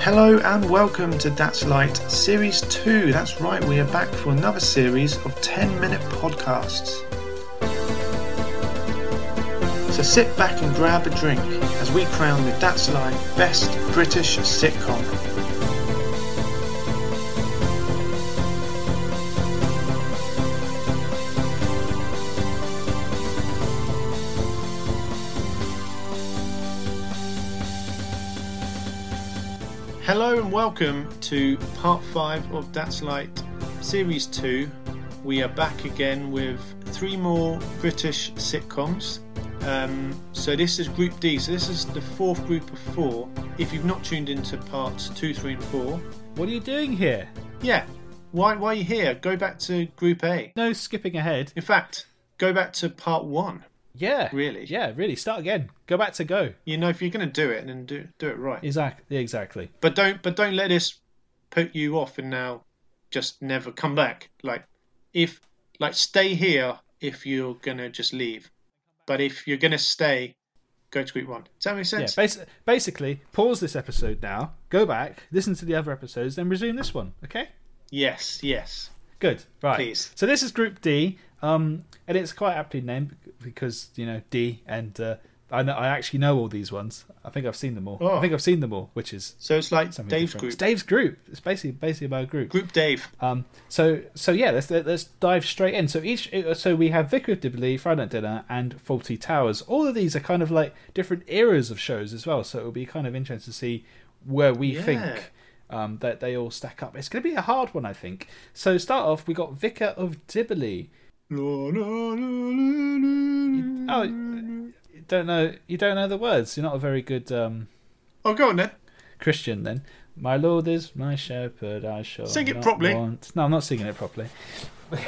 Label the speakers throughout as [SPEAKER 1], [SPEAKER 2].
[SPEAKER 1] Hello and welcome to That's Light Series 2. That's right, we are back for another series of 10 minute podcasts. So sit back and grab a drink as we crown the That's Light Best British Sitcom. Hello and welcome to part 5 of That's Light Series 2. We are back again with three more British sitcoms. Um, so this is Group D, so this is the fourth group of four. If you've not tuned into parts 2, 3 and 4,
[SPEAKER 2] What are you doing here?
[SPEAKER 1] yeah, why, why are you here? Go back to Group A.
[SPEAKER 2] No skipping ahead.
[SPEAKER 1] In fact, go back to part 1.
[SPEAKER 2] Yeah.
[SPEAKER 1] Really?
[SPEAKER 2] Yeah, really. Start again. Go back to go.
[SPEAKER 1] You know, if you're going to do it, then do, do it right.
[SPEAKER 2] Exactly. Exactly.
[SPEAKER 1] But don't but don't let this put you off and now just never come back. Like if like stay here if you're gonna just leave. But if you're gonna stay, go to group one. Does that make
[SPEAKER 2] Yeah.
[SPEAKER 1] sense?
[SPEAKER 2] Basi- basically, pause this episode now. Go back, listen to the other episodes, then resume this one. Okay.
[SPEAKER 1] yes, yes.
[SPEAKER 2] Good. Right.
[SPEAKER 1] Please.
[SPEAKER 2] So this is Group D, um, and it's quite aptly named because you know D and uh, I know I actually know all these ones. I think I've seen them all.
[SPEAKER 1] Oh.
[SPEAKER 2] I think I've seen them all, which is
[SPEAKER 1] So it's like
[SPEAKER 2] something
[SPEAKER 1] Dave's
[SPEAKER 2] different.
[SPEAKER 1] group.
[SPEAKER 2] It's Dave's group. It's basically basically about a group.
[SPEAKER 1] Group Dave.
[SPEAKER 2] Um, so so yeah, let's let's dive straight in. So each so we have Vicar of Dibley, Friday Night Dinner, and Faulty Towers. All of these are kind of like different eras of shows as well. So it'll be kind of interesting to see where we
[SPEAKER 1] Yeah.
[SPEAKER 2] think um, that they all stack up. It's going to be a hard one, I think. So start off, we got Vicar of Dibley. Oh, you don't know you don't know the words. You're not a very good um,
[SPEAKER 1] Oh go on then.
[SPEAKER 2] Christian then. My Lord is my shepherd, I shall
[SPEAKER 1] Sing it
[SPEAKER 2] not
[SPEAKER 1] properly.
[SPEAKER 2] want- No, I'm not singing it properly. no,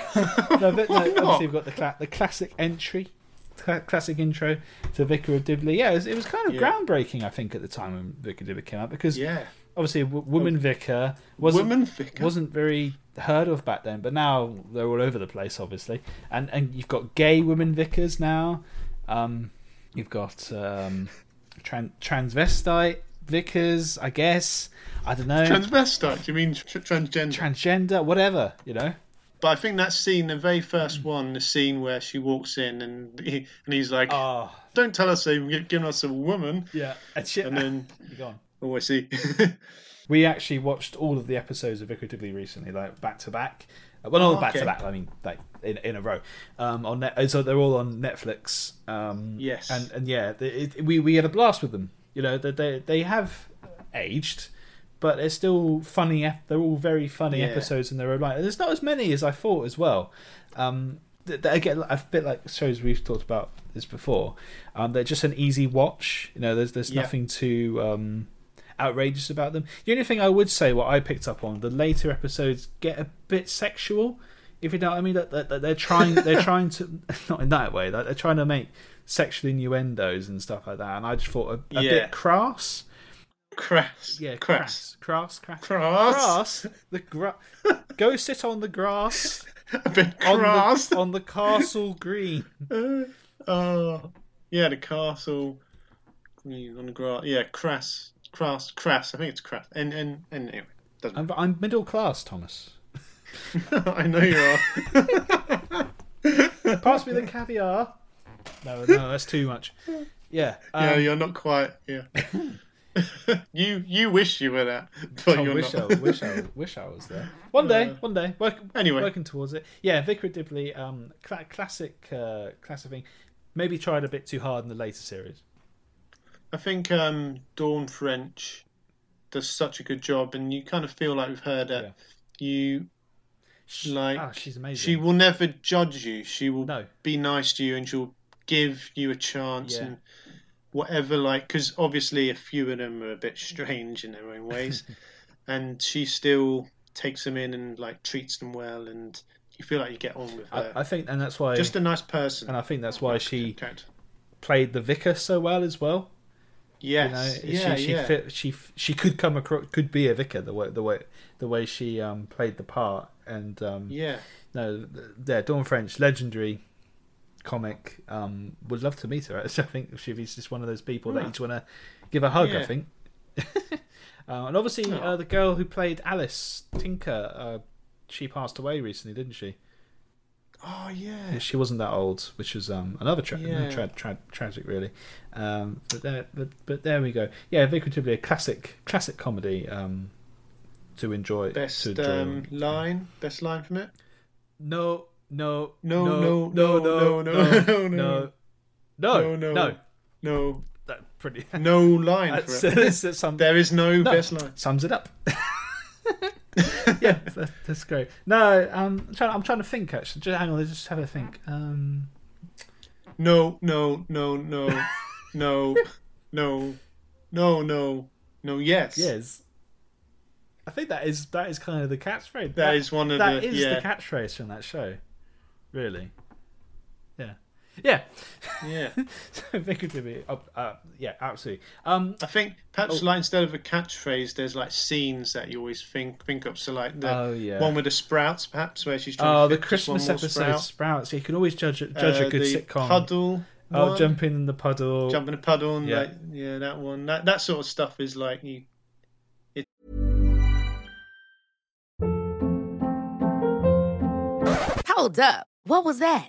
[SPEAKER 2] but no,
[SPEAKER 1] Why not?
[SPEAKER 2] obviously we've got the cla- the classic entry, cla classic intro to Vicar of Dibley. Yeah, it was, it was kind of
[SPEAKER 1] Yeah.
[SPEAKER 2] groundbreaking, I think, at the time when Vicar of Dibley came out because
[SPEAKER 1] Yeah. Oh.
[SPEAKER 2] obviously w- woman vicar wasn't
[SPEAKER 1] Woman vicar.
[SPEAKER 2] wasn't very heard of back then, but now they're all over the place, obviously. And and you've got gay women vicars now. Um, you've got um, tran- transvestite vicars, I guess. I don't know.
[SPEAKER 1] Transvestite, do you mean tr- transgender?
[SPEAKER 2] Transgender, whatever, you know.
[SPEAKER 1] but I think that scene, the very first one, the scene where she walks in and he, and he's like,
[SPEAKER 2] Oh,
[SPEAKER 1] "Don't tell us they've given us a woman."
[SPEAKER 2] yeah. And, shit.
[SPEAKER 1] And then
[SPEAKER 2] You're gone.
[SPEAKER 1] Oh, I see.
[SPEAKER 2] We actually watched all of the episodes of Vicar of Dibley recently, like back to back. Uh, Well, not
[SPEAKER 1] Oh,
[SPEAKER 2] back
[SPEAKER 1] okay.
[SPEAKER 2] to back. I mean, like in, in a row. Um, on net, so they're all on Netflix. Um,
[SPEAKER 1] Yes.
[SPEAKER 2] and and yeah, they- it, we we had a blast with them. You know, they they, they have aged, but they're still funny. ep- They're all very funny
[SPEAKER 1] Yeah.
[SPEAKER 2] episodes in their own right, and there's not as many as I thought as well. Um, th- th- again, a bit like shows we've talked about this before. Um, they're just an easy watch. You know, there's there's
[SPEAKER 1] Yeah.
[SPEAKER 2] nothing too um, outrageous about them. The only thing I would say, what I picked up on, the later episodes get a bit sexual. If you know what I mean, that, that, that they're trying they're trying to not in that way. Like they're trying to make sexual innuendos and stuff like that. And I just thought a, a
[SPEAKER 1] Yeah.
[SPEAKER 2] bit crass.
[SPEAKER 1] crass.
[SPEAKER 2] Yeah,
[SPEAKER 1] crass.
[SPEAKER 2] crass, crass,
[SPEAKER 1] Crass.
[SPEAKER 2] crass. The gra- go sit on the grass
[SPEAKER 1] A bit
[SPEAKER 2] on
[SPEAKER 1] crass.
[SPEAKER 2] the on the castle green.
[SPEAKER 1] oh, yeah, the castle. Green on the grass. Yeah, crass. Crass. Crass. I think it's crass. And, and, and anyway. Doesn't
[SPEAKER 2] I'm, I'm middle class, Thomas.
[SPEAKER 1] I know you are.
[SPEAKER 2] Pass me the caviar. No, no, that's too much. Yeah, um,
[SPEAKER 1] yeah, you're not quite. Yeah. you you wish you were that, but
[SPEAKER 2] I
[SPEAKER 1] you're
[SPEAKER 2] wish
[SPEAKER 1] not.
[SPEAKER 2] I wish I wish I was there. One day, one day. Work,
[SPEAKER 1] Anyway.
[SPEAKER 2] working towards it. Yeah, Vicar of Dibley, um, cla classic, uh, classic thing. Maybe tried a bit too hard in the later series.
[SPEAKER 1] I think um, Dawn French does such a good job, and you kind of feel like we've heard that you
[SPEAKER 2] She,
[SPEAKER 1] Like
[SPEAKER 2] ah, she's amazing.
[SPEAKER 1] she will never judge you. She will
[SPEAKER 2] No.
[SPEAKER 1] be nice to you, and she'll give you a chance
[SPEAKER 2] Yeah.
[SPEAKER 1] and whatever. Like, because obviously a few of them are a bit strange in their own ways, and she still takes them in and like treats them well, and you feel like you get on with her.
[SPEAKER 2] I, I think, and that's why.
[SPEAKER 1] Just a nice person.
[SPEAKER 2] and I think that's why she
[SPEAKER 1] Character.
[SPEAKER 2] played the vicar so well as well. You know,
[SPEAKER 1] Yes. yeah.
[SPEAKER 2] she she
[SPEAKER 1] yeah.
[SPEAKER 2] fit, she she could come across could be a vicar the way the way the way she um played the part and um
[SPEAKER 1] Yeah.
[SPEAKER 2] no th- yeah Dawn French legendary comic um would love to meet her. actually. I think she's just one of those people that
[SPEAKER 1] Hmm.
[SPEAKER 2] you just want to give a hug. I
[SPEAKER 1] Yeah. Oh.
[SPEAKER 2] think. uh, and obviously uh,
[SPEAKER 1] Aw.
[SPEAKER 2] the girl who played Alice Tinker, uh, she passed away recently, didn't she?
[SPEAKER 1] Oh yeah.
[SPEAKER 2] Yeah, she wasn't that old, which was um, another tra-
[SPEAKER 1] Yeah.
[SPEAKER 2] tra- tra- tragic, really. Um, but there, but, but there we go. Yeah, Vicratively, a classic, classic comedy um, to enjoy. to
[SPEAKER 1] Best
[SPEAKER 2] enjoy.
[SPEAKER 1] um, line. Best line from it.
[SPEAKER 2] no, no,
[SPEAKER 1] No,
[SPEAKER 2] no,
[SPEAKER 1] no,
[SPEAKER 2] no,
[SPEAKER 1] no, no,
[SPEAKER 2] no, no, no,
[SPEAKER 1] no,
[SPEAKER 2] no, no,
[SPEAKER 1] no, no. No.
[SPEAKER 2] That pretty.
[SPEAKER 1] No line
[SPEAKER 2] That's,
[SPEAKER 1] for it.
[SPEAKER 2] that's, that's some,
[SPEAKER 1] There is no,
[SPEAKER 2] No.
[SPEAKER 1] best line.
[SPEAKER 2] sums it up. yeah, that, that's great. No, um, I'm trying, I'm trying to think actually. Just hang on, let's just have a think. Um,
[SPEAKER 1] No, no, no, no, no, no, no, no, no. Yes.
[SPEAKER 2] Yes. I think that is that is kind of the catchphrase.
[SPEAKER 1] That is one of
[SPEAKER 2] that
[SPEAKER 1] the-
[SPEAKER 2] is
[SPEAKER 1] yeah.
[SPEAKER 2] the catchphrase from that show. Really. Yeah. Yeah.
[SPEAKER 1] Yeah.
[SPEAKER 2] so figuratively, uh, uh, yeah, absolutely. Um,
[SPEAKER 1] I think perhaps like instead of a catchphrase, there's like scenes that you always think think of. So like the
[SPEAKER 2] Oh, yeah.
[SPEAKER 1] one with the sprouts, perhaps where she's trying
[SPEAKER 2] oh,
[SPEAKER 1] to
[SPEAKER 2] the
[SPEAKER 1] fit just one
[SPEAKER 2] Christmas
[SPEAKER 1] more sprout.
[SPEAKER 2] episode Sprouts. You can always judge a,
[SPEAKER 1] Uh,
[SPEAKER 2] judge a good
[SPEAKER 1] the
[SPEAKER 2] sitcom.
[SPEAKER 1] Puddle.
[SPEAKER 2] oh,
[SPEAKER 1] one.
[SPEAKER 2] jumping in the puddle.
[SPEAKER 1] Jump in a puddle. And
[SPEAKER 2] Yeah.
[SPEAKER 1] yeah. Like, yeah, that one. That that sort of stuff is like you.
[SPEAKER 3] Hold up. What was that?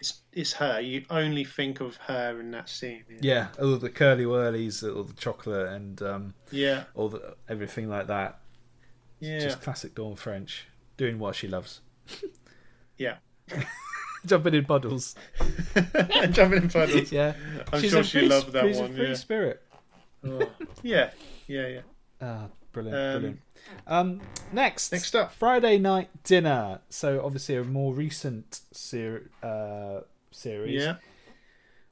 [SPEAKER 1] It's it's her. You only think of her in that scene.
[SPEAKER 2] Yeah, all the curly whirlies, all the chocolate, and um,
[SPEAKER 1] Yeah.
[SPEAKER 2] all the everything like that.
[SPEAKER 1] Yeah.
[SPEAKER 2] Just classic Dawn French doing what she loves,
[SPEAKER 1] Yeah.
[SPEAKER 2] jumping in puddles.
[SPEAKER 1] Jumping in puddles.
[SPEAKER 2] Yeah,
[SPEAKER 1] I'm sure
[SPEAKER 2] a
[SPEAKER 1] she
[SPEAKER 2] free-
[SPEAKER 1] loved that
[SPEAKER 2] she's
[SPEAKER 1] one,
[SPEAKER 2] A free
[SPEAKER 1] yeah.
[SPEAKER 2] spirit.
[SPEAKER 1] Yeah, yeah, yeah.
[SPEAKER 2] Ah, brilliant,
[SPEAKER 1] Um,
[SPEAKER 2] brilliant. Um, next,
[SPEAKER 1] Next up.
[SPEAKER 2] Friday night dinner. So obviously a more recent ser- uh, series.
[SPEAKER 1] Yeah,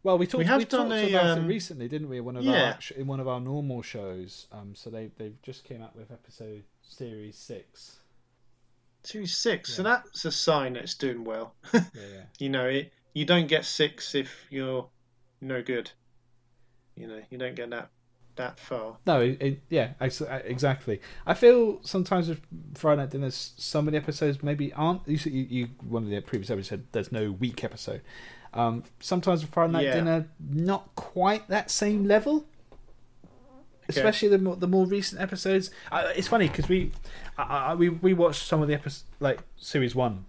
[SPEAKER 2] Well, we talked. We,
[SPEAKER 1] We have
[SPEAKER 2] talked
[SPEAKER 1] done a,
[SPEAKER 2] about it
[SPEAKER 1] um,
[SPEAKER 2] recently, didn't we? One of our
[SPEAKER 1] yeah.
[SPEAKER 2] act- in one of our normal shows. Um, so they they just came out with episode series six.
[SPEAKER 1] two six. So that's a sign that it's doing well.
[SPEAKER 2] Yeah, yeah.
[SPEAKER 1] you know, it you don't get six if you're no good. You know, you don't get that that far.
[SPEAKER 2] No, it, it, yeah, ex- uh, exactly. I feel sometimes with Friday Night Dinners, some of the episodes maybe aren't. You, said- you, you one of the previous episodes said there's no weak episode. Um, sometimes with Friday Night
[SPEAKER 1] Yeah.
[SPEAKER 2] Dinner, not quite that same level. Especially the more, the more recent episodes. Uh, it's funny because we, I, I, we we watched some of the episodes like series one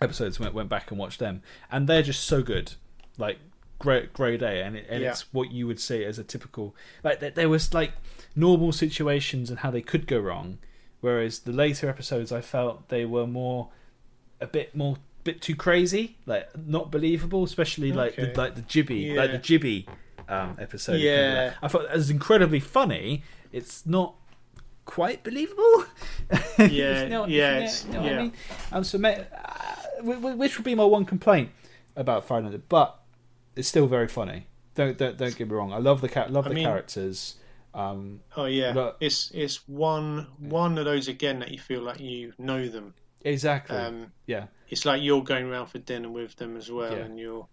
[SPEAKER 2] episodes went, went back and watched them and they're just so good like great grade a and, it, and
[SPEAKER 1] Yeah.
[SPEAKER 2] it's what you would see as a typical like there, there was like normal situations and how they could go wrong whereas the later episodes i felt they were more a bit more bit too crazy like not believable especially like the,
[SPEAKER 1] Okay.
[SPEAKER 2] like the jibby like the
[SPEAKER 1] Yeah.
[SPEAKER 2] jibby um episode
[SPEAKER 1] Yeah.
[SPEAKER 2] i thought that was incredibly funny it's not quite believable
[SPEAKER 1] Yeah,
[SPEAKER 2] You know- you
[SPEAKER 1] yeah,
[SPEAKER 2] know-
[SPEAKER 1] it's-
[SPEAKER 2] you know what I
[SPEAKER 1] yeah.
[SPEAKER 2] mean? Um, so, ma- uh, wh- wh- which would be my one complaint about Friday, Night, but it's still very funny. Don't don't, don't get me wrong. I love the cat, love
[SPEAKER 1] I
[SPEAKER 2] the
[SPEAKER 1] mean-
[SPEAKER 2] characters. Um,
[SPEAKER 1] Oh yeah,
[SPEAKER 2] But-
[SPEAKER 1] it's it's one one of those again that you feel like you know them.
[SPEAKER 2] exactly.
[SPEAKER 1] Um,
[SPEAKER 2] yeah,
[SPEAKER 1] it's like you're going around for dinner with them as well,
[SPEAKER 2] Yeah.
[SPEAKER 1] and you're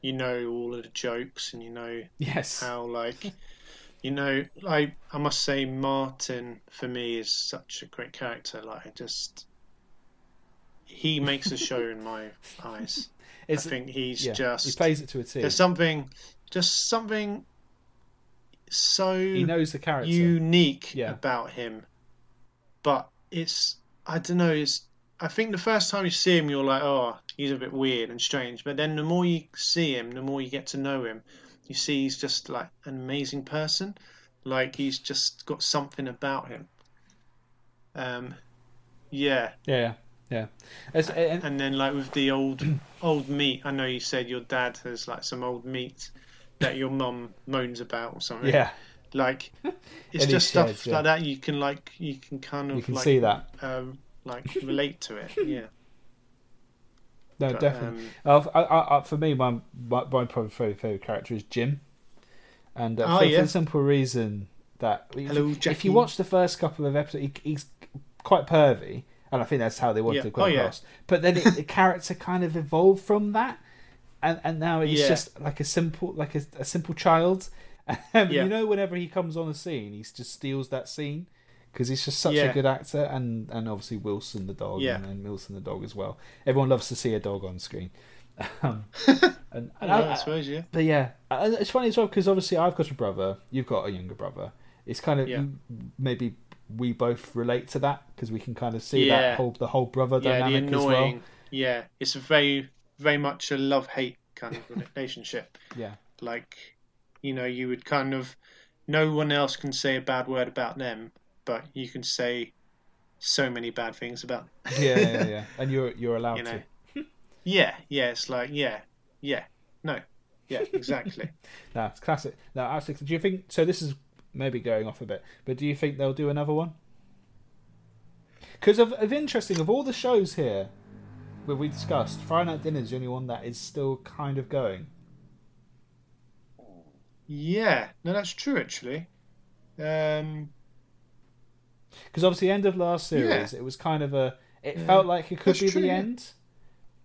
[SPEAKER 1] you know all of the jokes and you know
[SPEAKER 2] yes,
[SPEAKER 1] how like you know I I must say Martin for me is such a great character like I just he makes a show in my eyes
[SPEAKER 2] it's
[SPEAKER 1] I think he's
[SPEAKER 2] yeah,
[SPEAKER 1] just
[SPEAKER 2] he plays it to a T.
[SPEAKER 1] there's something just something so
[SPEAKER 2] He knows the character.
[SPEAKER 1] unique
[SPEAKER 2] Yeah.
[SPEAKER 1] about him but it's I don't know it's I think the first time you see him, you're like, oh, he's a bit weird and strange. But then the more you see him, the more you get to know him. You see, he's just like an amazing person. Like he's just got something about him. Um, yeah.
[SPEAKER 2] Yeah, yeah. It's- and-
[SPEAKER 1] And then like with the old old meat, I know you said your dad has like some old meat that your mum moans about or something.
[SPEAKER 2] yeah,
[SPEAKER 1] Like it's
[SPEAKER 2] And he
[SPEAKER 1] just stuff
[SPEAKER 2] shares, yeah.
[SPEAKER 1] like that. You can like you can kind of
[SPEAKER 2] you can
[SPEAKER 1] like
[SPEAKER 2] see that.
[SPEAKER 1] um, like relate to it. Yeah.
[SPEAKER 2] No,
[SPEAKER 1] But,
[SPEAKER 2] definitely.
[SPEAKER 1] um,
[SPEAKER 2] Uh, I, I, I, for me, my my, my probably favorite, character is Jim, and uh,
[SPEAKER 1] Oh,
[SPEAKER 2] for, for
[SPEAKER 1] yeah.
[SPEAKER 2] the simple reason that if,
[SPEAKER 1] Hello,
[SPEAKER 2] if
[SPEAKER 1] Jackie.
[SPEAKER 2] you watch the first couple of episodes, he, he's quite pervy, and I think that's how they wanted
[SPEAKER 1] Yeah.
[SPEAKER 2] to go
[SPEAKER 1] Oh, yeah.
[SPEAKER 2] across. But then it, the character kind of evolved from that, and and now he's
[SPEAKER 1] Yeah.
[SPEAKER 2] just like a simple like a, a simple child. And
[SPEAKER 1] Yeah.
[SPEAKER 2] You know, whenever he comes on a scene, he just steals that scene because he's just such a
[SPEAKER 1] Yeah.
[SPEAKER 2] good actor, and and obviously Wilson the dog,
[SPEAKER 1] Yeah.
[SPEAKER 2] and, and Wilson the dog as well. Everyone loves to see a dog on screen. Um, and, and
[SPEAKER 1] Yeah,
[SPEAKER 2] I-
[SPEAKER 1] I suppose yeah.
[SPEAKER 2] but yeah, I- it's funny as well because obviously I've got a brother, you've got a younger brother. It's kind of
[SPEAKER 1] Yeah.
[SPEAKER 2] maybe we both relate to that because we can kind of see
[SPEAKER 1] Yeah.
[SPEAKER 2] that whole the whole brother
[SPEAKER 1] Yeah, the
[SPEAKER 2] dynamic as well.
[SPEAKER 1] annoying. Yeah, it's a very very much a love hate kind of relationship.
[SPEAKER 2] Yeah,
[SPEAKER 1] Like, you know, you would kind of no one else can say a bad word about them, but you can say so many bad things about.
[SPEAKER 2] yeah, yeah, yeah. and you're you're allowed
[SPEAKER 1] You know.
[SPEAKER 2] to.
[SPEAKER 1] Yeah, yeah. It's like yeah, yeah. No, yeah, exactly.
[SPEAKER 2] No, it's classic. No, absolutely. Do you think so? This is maybe going off a bit, but do you think they'll do another one? Because of, of interesting, of all the shows here that we discussed, Friday Night Dinner is the only one that is still kind of going.
[SPEAKER 1] yeah, no, that's true actually. Um,
[SPEAKER 2] Because obviously, end of last series, it was kind of a. It felt like it could
[SPEAKER 1] that's
[SPEAKER 2] be
[SPEAKER 1] true,
[SPEAKER 2] the
[SPEAKER 1] yeah.
[SPEAKER 2] end,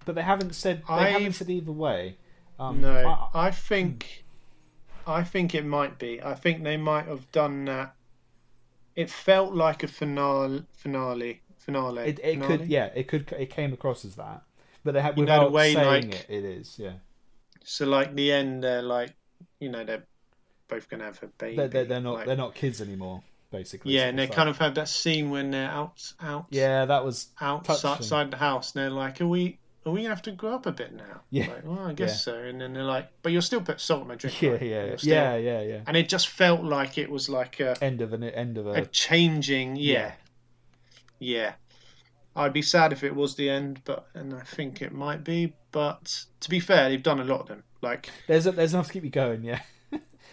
[SPEAKER 2] but they haven't said they
[SPEAKER 1] I-
[SPEAKER 2] haven't said either way. Um,
[SPEAKER 1] No,
[SPEAKER 2] I-
[SPEAKER 1] I think, I think it might be. I think they might have done that. It felt like a finale, finale, finale.
[SPEAKER 2] it it
[SPEAKER 1] finale.
[SPEAKER 2] could yeah, it could it came across as that, but they have
[SPEAKER 1] You know, the
[SPEAKER 2] without
[SPEAKER 1] way,
[SPEAKER 2] saying
[SPEAKER 1] like-
[SPEAKER 2] it, it is yeah.
[SPEAKER 1] So like the end, they're like, you know, they're both gonna have a baby.
[SPEAKER 2] They're, they're, they're not
[SPEAKER 1] like-
[SPEAKER 2] they're not kids anymore basically.
[SPEAKER 1] yeah,
[SPEAKER 2] so
[SPEAKER 1] and they
[SPEAKER 2] it's like-
[SPEAKER 1] kind of have that scene when they're out, out,
[SPEAKER 2] Yeah, that was touching.
[SPEAKER 1] outside outside the house, and they're like, are we? Are we gonna have to grow up a bit now?
[SPEAKER 2] Yeah.
[SPEAKER 1] Like, well, I guess so. And then they're like, but you'll still put salt in my drink.
[SPEAKER 2] Yeah,
[SPEAKER 1] right?
[SPEAKER 2] yeah,
[SPEAKER 1] You'll still-"
[SPEAKER 2] yeah, yeah, yeah.
[SPEAKER 1] And it just felt like it was like a
[SPEAKER 2] End of an end of
[SPEAKER 1] a
[SPEAKER 2] a.
[SPEAKER 1] changing yeah. yeah i'd be sad if it was the end but and i think it might be but to be fair they've done a lot of them like
[SPEAKER 2] There's a, there's enough to keep you going. Yeah,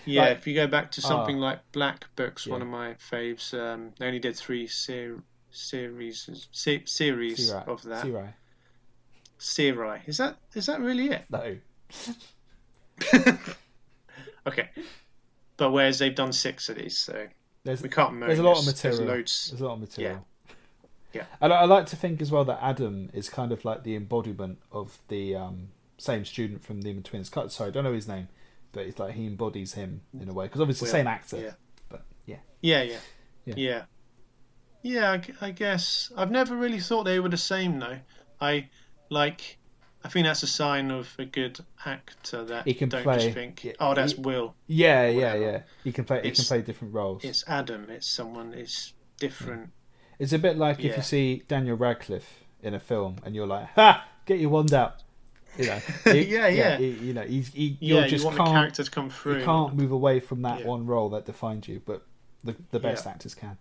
[SPEAKER 1] yeah
[SPEAKER 2] Like-
[SPEAKER 1] if you go back to something
[SPEAKER 2] Ah.
[SPEAKER 1] like black books one
[SPEAKER 2] Yeah.
[SPEAKER 1] of my faves um they only did three ser- series se- series
[SPEAKER 2] See right,
[SPEAKER 1] of that
[SPEAKER 2] See right.
[SPEAKER 1] Serai. is that is that really it
[SPEAKER 2] No,
[SPEAKER 1] okay but whereas they've done six of these so
[SPEAKER 2] there's
[SPEAKER 1] we can't moan.
[SPEAKER 2] there's a lot of
[SPEAKER 1] there's
[SPEAKER 2] material.
[SPEAKER 1] loads
[SPEAKER 2] There's a lot of material.
[SPEAKER 1] Yeah.
[SPEAKER 2] And I, I like to think as well that Adam is kind of like the embodiment of the um, same student from the Emma Twins. Cut. Sorry, I don't know his name, but it's like he embodies him in a way because obviously
[SPEAKER 1] Will,
[SPEAKER 2] same actor.
[SPEAKER 1] yeah.
[SPEAKER 2] But yeah,
[SPEAKER 1] Yeah, yeah,
[SPEAKER 2] Yeah.
[SPEAKER 1] yeah, yeah. I g- I, guess I've never really thought they were the same though. I like. I think that's a sign of a good actor that
[SPEAKER 2] He can
[SPEAKER 1] don't
[SPEAKER 2] play-
[SPEAKER 1] just think,
[SPEAKER 2] yeah,
[SPEAKER 1] "Oh, that's
[SPEAKER 2] he-
[SPEAKER 1] Will."
[SPEAKER 2] yeah, yeah,
[SPEAKER 1] Whatever.
[SPEAKER 2] yeah. He can play. He can
[SPEAKER 1] It's-
[SPEAKER 2] play different roles.
[SPEAKER 1] It's Adam. It's someone. It's different.
[SPEAKER 2] It's a bit like if
[SPEAKER 1] Yeah.
[SPEAKER 2] you see Daniel Radcliffe in a film and you're like, "Ha, get your wand out," you know. He-
[SPEAKER 1] Yeah, yeah.
[SPEAKER 2] he- you know, he's, he,
[SPEAKER 1] Yeah,
[SPEAKER 2] you're
[SPEAKER 1] you
[SPEAKER 2] just
[SPEAKER 1] want the
[SPEAKER 2] can't,
[SPEAKER 1] character to come
[SPEAKER 2] you
[SPEAKER 1] through.
[SPEAKER 2] can't move away from that
[SPEAKER 1] Yeah.
[SPEAKER 2] one role that defined you. But the the best
[SPEAKER 1] Yeah.
[SPEAKER 2] actors can.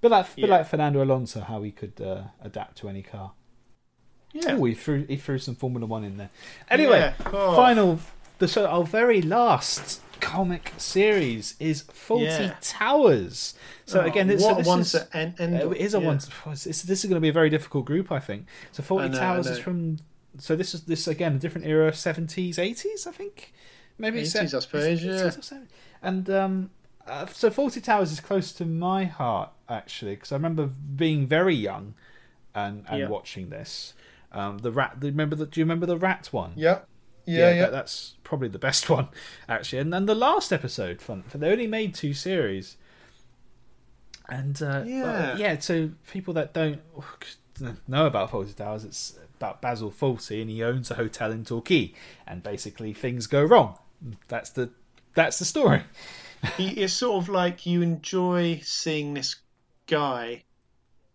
[SPEAKER 2] But like, but
[SPEAKER 1] Yeah.
[SPEAKER 2] like Fernando Alonso, how he could uh, adapt to any car.
[SPEAKER 1] Yeah.
[SPEAKER 2] Ooh, he threw he threw some Formula One in there. Anyway,
[SPEAKER 1] Yeah. Oh.
[SPEAKER 2] final the so our very last comic series is Faulty
[SPEAKER 1] Yeah.
[SPEAKER 2] Towers. So
[SPEAKER 1] Oh,
[SPEAKER 2] again, this, so
[SPEAKER 1] what
[SPEAKER 2] this
[SPEAKER 1] one
[SPEAKER 2] is,
[SPEAKER 1] to end? end
[SPEAKER 2] uh,
[SPEAKER 1] on.
[SPEAKER 2] it is a
[SPEAKER 1] Yeah.
[SPEAKER 2] one. This, this is going to be a very difficult group, I think. So Forty
[SPEAKER 1] I know, I
[SPEAKER 2] Towers is
[SPEAKER 1] know.
[SPEAKER 2] from. So this is this again a different era, seventies, eighties, I think. Maybe it's
[SPEAKER 1] 80s, I
[SPEAKER 2] se-
[SPEAKER 1] suppose,
[SPEAKER 2] it's
[SPEAKER 1] yeah.
[SPEAKER 2] 80s or 70s. And um, uh, so Forty Towers is close to my heart actually, because I remember being very young and, and
[SPEAKER 1] Yeah.
[SPEAKER 2] watching this. Um, the rat. the- Remember the, Do you remember the rat one?
[SPEAKER 1] Yeah. Yeah, yeah.
[SPEAKER 2] that- that's probably the best one actually. And then the last episode, fun. For they only made two series, and uh,
[SPEAKER 1] Yeah.
[SPEAKER 2] well, yeah. So people that don't know about Fawlty Towers, it's about Basil Fawlty, and he owns a hotel in Torquay, and basically things go wrong. That's the that's the story.
[SPEAKER 1] He- it's sort of like you enjoy seeing this guy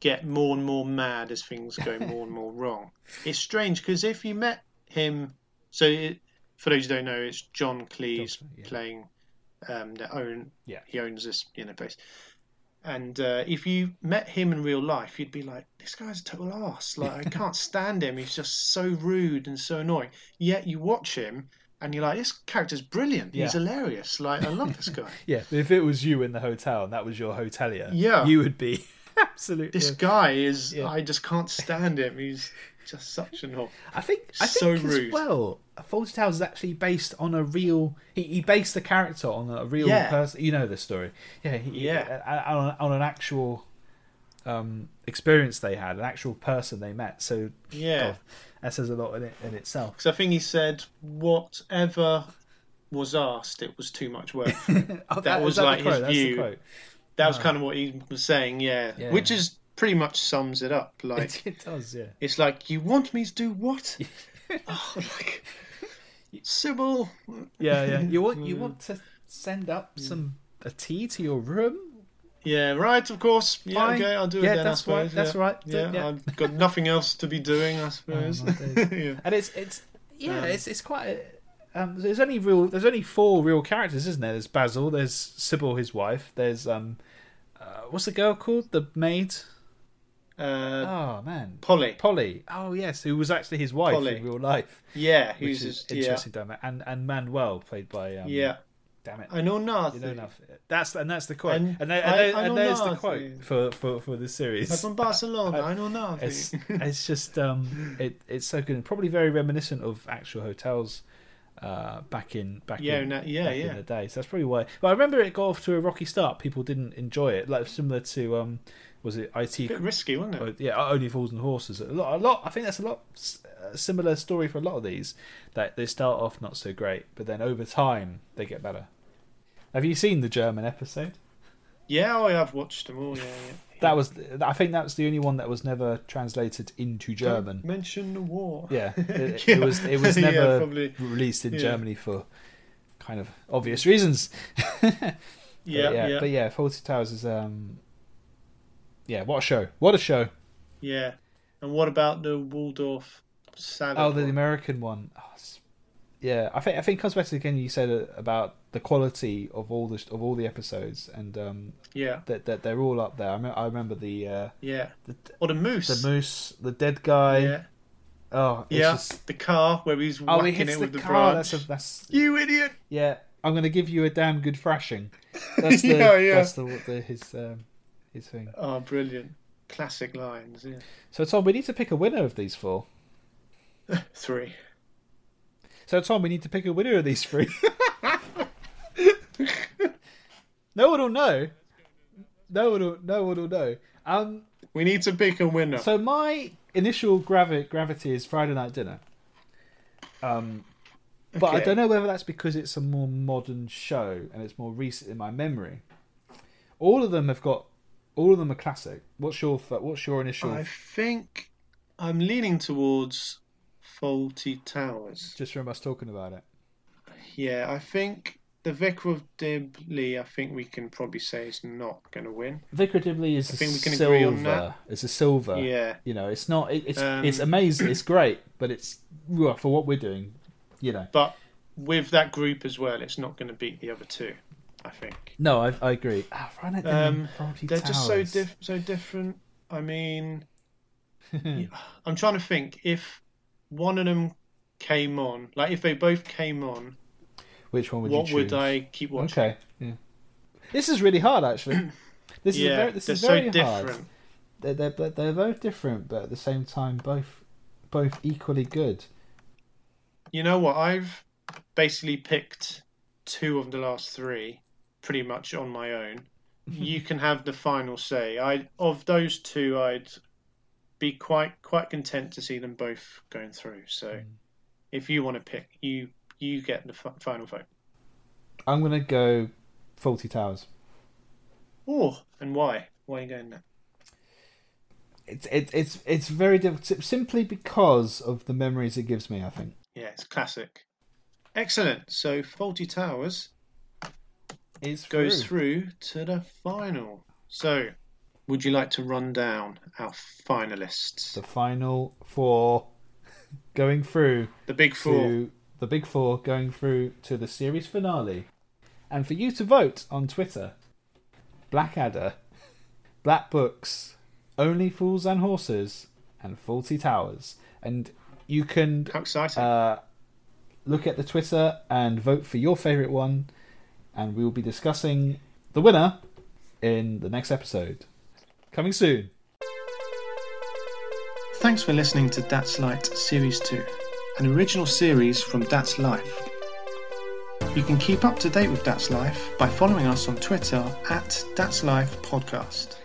[SPEAKER 1] get more and more mad as things go more and more wrong. It's strange because if you met him, so it, for those who don't know, it's John Cleese
[SPEAKER 2] John Cleese, yeah.
[SPEAKER 1] playing um, their own.
[SPEAKER 2] Yeah.
[SPEAKER 1] he owns this you know place. And uh, if you met him in real life, you'd be like, "This guy's a total ass. Like, I can't stand him. He's just so rude and so annoying." Yet you watch him, and you're like, "This character's brilliant. He's
[SPEAKER 2] Yeah.
[SPEAKER 1] hilarious. Like, I love this guy."
[SPEAKER 2] Yeah, if it was you in the hotel and that was your hotelier,
[SPEAKER 1] Yeah.
[SPEAKER 2] you would be absolutely.
[SPEAKER 1] this guy is
[SPEAKER 2] Yeah.
[SPEAKER 1] I just can't stand him. He's just such an hob.
[SPEAKER 2] I think I
[SPEAKER 1] so
[SPEAKER 2] think
[SPEAKER 1] rude.
[SPEAKER 2] as well, Fawlty Towers is actually based on a real. He, he based the character on a real
[SPEAKER 1] Yeah.
[SPEAKER 2] person. You know the story, yeah, he,
[SPEAKER 1] Yeah.
[SPEAKER 2] uh, on, on an actual um, experience they had, an actual person they met. So
[SPEAKER 1] Yeah.
[SPEAKER 2] God, that says a lot in, it, in itself.
[SPEAKER 1] Because I think he said whatever was asked, it was too much work.
[SPEAKER 2] Oh,
[SPEAKER 1] was
[SPEAKER 2] is the
[SPEAKER 1] like his
[SPEAKER 2] quote? That's the
[SPEAKER 1] view.
[SPEAKER 2] quote.
[SPEAKER 1] that was kind of what he was saying. Yeah,
[SPEAKER 2] Ah. Yeah.
[SPEAKER 1] which is pretty much sums it up.
[SPEAKER 2] It,
[SPEAKER 1] Like
[SPEAKER 2] it does, yeah.
[SPEAKER 1] it's like you want me to do what? oh, like Sybil.
[SPEAKER 2] yeah, yeah. You want
[SPEAKER 1] Mm.
[SPEAKER 2] you want to send up some a tea to your room?
[SPEAKER 1] Yeah, right. Of course. Yeah,
[SPEAKER 2] Fine.
[SPEAKER 1] okay. I'll do
[SPEAKER 2] Yeah,
[SPEAKER 1] it then.
[SPEAKER 2] that's
[SPEAKER 1] I suppose.
[SPEAKER 2] right, that's
[SPEAKER 1] yeah.
[SPEAKER 2] right,
[SPEAKER 1] Yeah,
[SPEAKER 2] yeah. Oh,
[SPEAKER 1] I've got nothing else to be doing. I suppose.
[SPEAKER 2] my days.
[SPEAKER 1] yeah.
[SPEAKER 2] And it's it's yeah,
[SPEAKER 1] Um,
[SPEAKER 2] it's it's quite. a- Um, there's only real. There's only four real characters, isn't there? There's Basil. There's Sybil, his wife. There's um, uh, what's the girl called? The maid.
[SPEAKER 1] Uh,
[SPEAKER 2] Oh man,
[SPEAKER 1] Polly.
[SPEAKER 2] Polly. Oh yes, who was actually his wife
[SPEAKER 1] Polly.
[SPEAKER 2] in real life,
[SPEAKER 1] Yeah,
[SPEAKER 2] which
[SPEAKER 1] who's
[SPEAKER 2] is
[SPEAKER 1] just yeah,
[SPEAKER 2] interesting. Damn it, and and Manuel played by um,
[SPEAKER 1] yeah.
[SPEAKER 2] Damn it,
[SPEAKER 1] I know
[SPEAKER 2] you
[SPEAKER 1] nothing.
[SPEAKER 2] know enough. That's and that's the quote,
[SPEAKER 1] And
[SPEAKER 2] and, there- and,
[SPEAKER 1] I-
[SPEAKER 2] there-
[SPEAKER 1] I
[SPEAKER 2] and
[SPEAKER 1] know
[SPEAKER 2] there's the
[SPEAKER 1] nothing.
[SPEAKER 2] quote for for for the
[SPEAKER 1] I'm
[SPEAKER 2] series.
[SPEAKER 1] from Barcelona. I, know nothing.
[SPEAKER 2] it's it's just um it it's so good and probably very reminiscent of actual hotels uh back in back
[SPEAKER 1] Yeah,
[SPEAKER 2] in
[SPEAKER 1] no- yeah,
[SPEAKER 2] back
[SPEAKER 1] yeah.
[SPEAKER 2] in the day so that's probably why but i remember it got off to a rocky start people didn't enjoy it like similar to um was it it
[SPEAKER 1] bit risky, wasn't it?
[SPEAKER 2] Oh, yeah, only fools and horses. A lot, a lot. I think that's a lot s- a similar story for a lot of these. That they start off not so great, but then over time they get better. Have you seen the German episode?
[SPEAKER 1] Yeah, oh, yeah, I've watched them all. Yeah, yeah.
[SPEAKER 2] That was, I think that was the only one that was never translated
[SPEAKER 1] Oh.
[SPEAKER 2] into German.
[SPEAKER 1] Don't mention the war.
[SPEAKER 2] Yeah, it,
[SPEAKER 1] Yeah.
[SPEAKER 2] it was. It was
[SPEAKER 1] Yeah,
[SPEAKER 2] never
[SPEAKER 1] probably.
[SPEAKER 2] released in
[SPEAKER 1] Yeah.
[SPEAKER 2] Germany for kind of obvious reasons. But
[SPEAKER 1] Yeah, yeah, yeah.
[SPEAKER 2] But yeah, Forty Towers is um. Yeah, what a show! What a
[SPEAKER 1] Uh,
[SPEAKER 2] show!
[SPEAKER 1] And what about the Waldorf salad?
[SPEAKER 2] Oh, the
[SPEAKER 1] one?
[SPEAKER 2] American one. Oh, it's- yeah, I think I think it comes back to again you said uh, about the quality of all the of all the episodes and um
[SPEAKER 1] yeah,
[SPEAKER 2] that that they're all up there. I, me- I remember the uh
[SPEAKER 1] yeah.
[SPEAKER 2] the,
[SPEAKER 1] Or the moose.
[SPEAKER 2] the moose, the dead guy.
[SPEAKER 1] Yeah,
[SPEAKER 2] Oh, it's
[SPEAKER 1] yeah.
[SPEAKER 2] just
[SPEAKER 1] The car where he's
[SPEAKER 2] oh, he
[SPEAKER 1] whacking
[SPEAKER 2] hits
[SPEAKER 1] it
[SPEAKER 2] the
[SPEAKER 1] with the
[SPEAKER 2] car.
[SPEAKER 1] branch.
[SPEAKER 2] That's a, that's
[SPEAKER 1] You idiot!
[SPEAKER 2] Yeah, I'm gonna give you a damn good thrashing. That's the
[SPEAKER 1] Yeah, yeah.
[SPEAKER 2] that's the, what the his um, his thing.
[SPEAKER 1] Oh, brilliant. Classic lines. Yeah.
[SPEAKER 2] So Tom, we need to pick a winner of these four.
[SPEAKER 1] Three.
[SPEAKER 2] So Tom, we need to pick a winner of these three. no one will know. No one will. No one will know. Um.
[SPEAKER 1] We need to pick a winner.
[SPEAKER 2] So my initial gravi- gravity is Friday night dinner. Um, but I
[SPEAKER 1] Okay.
[SPEAKER 2] don't know whether that's because it's a more modern show and it's more recent in my memory. All of them have got, all of them are classic. What's your fir- what's your initial?
[SPEAKER 1] I think I'm leaning towards Faulty Towers.
[SPEAKER 2] Just remember us talking about it.
[SPEAKER 1] Yeah, I think the Vicar of Dibley, I think we can probably say is not going to win.
[SPEAKER 2] Vicar Dibley is
[SPEAKER 1] I think
[SPEAKER 2] a
[SPEAKER 1] we can
[SPEAKER 2] silver.
[SPEAKER 1] agree on that.
[SPEAKER 2] It's a silver.
[SPEAKER 1] Yeah.
[SPEAKER 2] You know, it's not. It, it's
[SPEAKER 1] Um,
[SPEAKER 2] it's amazing. It's great, but it's well, for what we're doing. You know.
[SPEAKER 1] But with that group as well, it's not going to beat the other two, I think.
[SPEAKER 2] No, I, I agree. Ah, Friday night dinner.
[SPEAKER 1] Um,
[SPEAKER 2] Faulty
[SPEAKER 1] They're just so
[SPEAKER 2] Towers.
[SPEAKER 1] diff- so different. I mean, I'm trying to think if one of them came on, like if they both came on,
[SPEAKER 2] Which one would you
[SPEAKER 1] what
[SPEAKER 2] choose?
[SPEAKER 1] would I keep watching?
[SPEAKER 2] Okay. Yeah. This is really hard, actually. This
[SPEAKER 1] yeah,
[SPEAKER 2] is very, this
[SPEAKER 1] they're
[SPEAKER 2] is
[SPEAKER 1] so
[SPEAKER 2] very
[SPEAKER 1] different.
[SPEAKER 2] hard. They're, they're but they're both different, but at the same time, both both equally good.
[SPEAKER 1] You know what? I've basically picked two of the last three pretty much on my own. you can have the final say. I of those two, I'd be quite quite content to see them both going through. So, if you want to pick, you you get the f- final vote.
[SPEAKER 2] I'm gonna go Faulty Towers.
[SPEAKER 1] Oh, and why? Why are you going there?
[SPEAKER 2] It's it, it's it's very difficult simply because of the memories it gives me. I think.
[SPEAKER 1] Yeah, it's classic. Excellent. So, Faulty Towers
[SPEAKER 2] It's
[SPEAKER 1] goes through to the final. So, would you like to run down our finalists?
[SPEAKER 2] The final four going through
[SPEAKER 1] The big four.
[SPEAKER 2] to the big four going through to the series finale. And for you to vote on Twitter, Blackadder, Black Books, Only Fools and Horses, and Faulty Towers. And you can
[SPEAKER 1] How exciting.
[SPEAKER 2] uh, look at the Twitter and vote for your favourite one, and we will be discussing the winner in the next episode. Coming soon.
[SPEAKER 1] Thanks for listening to That's Light Series 2, an original series from That's Life. You can keep up to date with That's Life by following us on Twitter at That's Life Podcast.